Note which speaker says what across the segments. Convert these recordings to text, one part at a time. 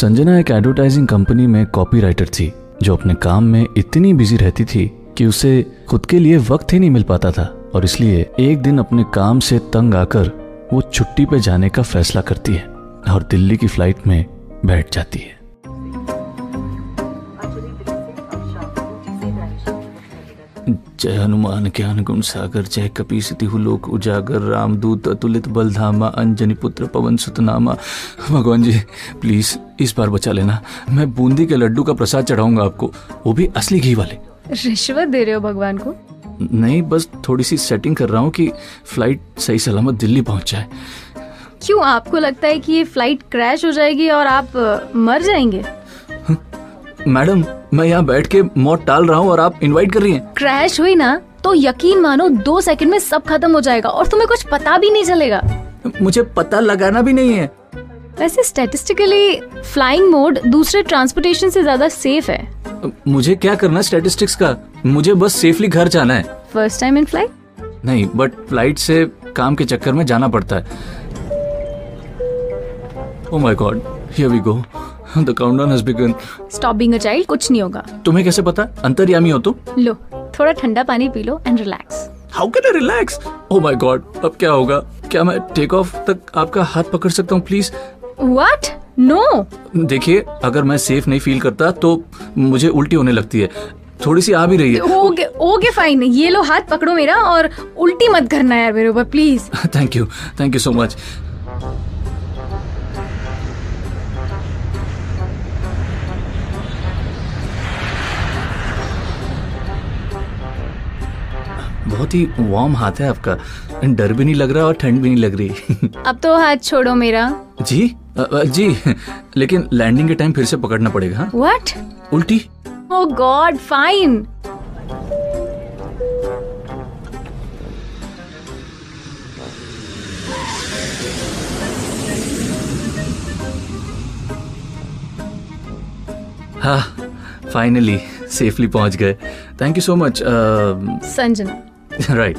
Speaker 1: संजना एक advertising company में copywriter थी जो अपने काम में इतनी बिजी रहती थी कि उसे खुद के लिए वक्त ही नहीं मिल पाता था और इसलिए एक दिन अपने काम से तंग आकर वो छुट्टी पे जाने का फैसला करती है और दिल्ली की फ्लाइट में बैठ जाती है जय हनुमान ज्ञान गुण सागर जय कपी सिद्धि लोक उजागर रामदूत अतुलित बलधामा अंजनी पुत्र पवन सुतनामा भगवान जी प्लीज इस बार बचा लेना मैं बूंदी के लड्डू का प्रसाद चढ़ाऊंगा आपको वो भी असली घी वाले
Speaker 2: रिश्वत दे रहे हो भगवान को
Speaker 1: नहीं बस थोड़ी सी सेटिंग कर रहा हूँ कि फ्लाइट सही सलामत दिल्ली पहुंच जाए
Speaker 2: क्यों आपको लगता है कि ये फ्लाइट क्रैश हो जाएगी और आप अ, मर जाएंगे
Speaker 1: मैडम मैं यहाँ बैठ के मौत टाल रहा हूँ और आप इनवाइट कर रही हैं
Speaker 2: क्रैश हुई ना तो यकीन मानो दो सेकंड में सब खत्म हो जाएगा और तुम्हें कुछ पता भी नहीं चलेगा
Speaker 1: मुझे पता लगाना भी नहीं है
Speaker 2: वैसे स्टेटिस्टिकली फ्लाइंग मोड दूसरे ट्रांसपोर्टेशन से ज्यादा सेफ है
Speaker 1: मुझे क्या करना स्टैटिस्टिक्स का मुझे बस सेफली घर जाना है
Speaker 2: फर्स्ट टाइम इन फ्लाइट
Speaker 1: नहीं बट फ्लाइट से काम के चक्कर में जाना पड़ता है Oh oh my God here we go the countdown has begun
Speaker 2: stop being a child कुछ नहीं होगा
Speaker 1: तुम्हें कैसे पता अंतर्यामी हो तुम
Speaker 2: लो थोड़ा ठंडा पानी पी लो and relax
Speaker 1: how can I relax oh my god Oh अब क्या होगा क्या मैं टेक ऑफ तक आपका हाथ पकड़ सकता हूँ प्लीज
Speaker 2: व्हाट नो
Speaker 1: देखिए अगर मैं सेफ नहीं फील करता तो मुझे उल्टी होने लगती है थोड़ी सी आ भी रही है
Speaker 2: ओके ओके फाइन ये लो हाथ पकड़ो मेरा और उल्टी मत करना यार मेरे ऊपर please
Speaker 1: thank you thank you so much बहुत ही वार्म हाथ है आपका डर भी नहीं लग रहा और ठंड भी नहीं लग रही
Speaker 2: अब तो हाथ छोड़ो मेरा
Speaker 1: जी अ, अ, जी लेकिन लैंडिंग के टाइम फिर से पकड़ना पड़ेगा हाँ?
Speaker 2: व्हाट
Speaker 1: उल्टी
Speaker 2: ओ गॉड फाइन
Speaker 1: हाँ फाइनली सेफली पहुंच गए thank you so much
Speaker 2: Sanjana
Speaker 1: right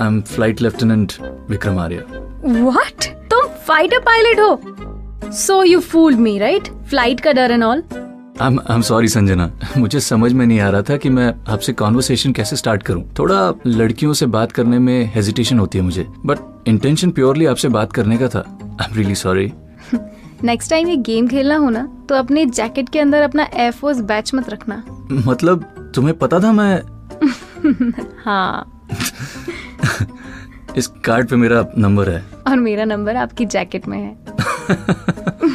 Speaker 1: I am flight lieutenant Vikram Arya
Speaker 2: what तुम फाइटर पायलट हो so you fooled me right flight का डर and all
Speaker 1: I am sorry Sanjana मुझे समझ में नहीं आ रहा था कि मैं आपसे कॉन्वर्सेशन कैसे स्टार्ट करूं थोड़ा लड़कियों से बात करने में हेजिटेशन होती है मुझे बट इंटेंशन प्योरली आपसे बात करने का था I am really sorry
Speaker 2: next time ये गेम खेलना हो ना तो अपने जैकेट के अंदर अपना एयरफोर्स बैच मत रखना
Speaker 1: मतलब तुम्हें पता था मैं
Speaker 2: हाँ
Speaker 1: इस कार्ड पे मेरा नंबर है
Speaker 2: और मेरा नंबर आपकी जैकेट में है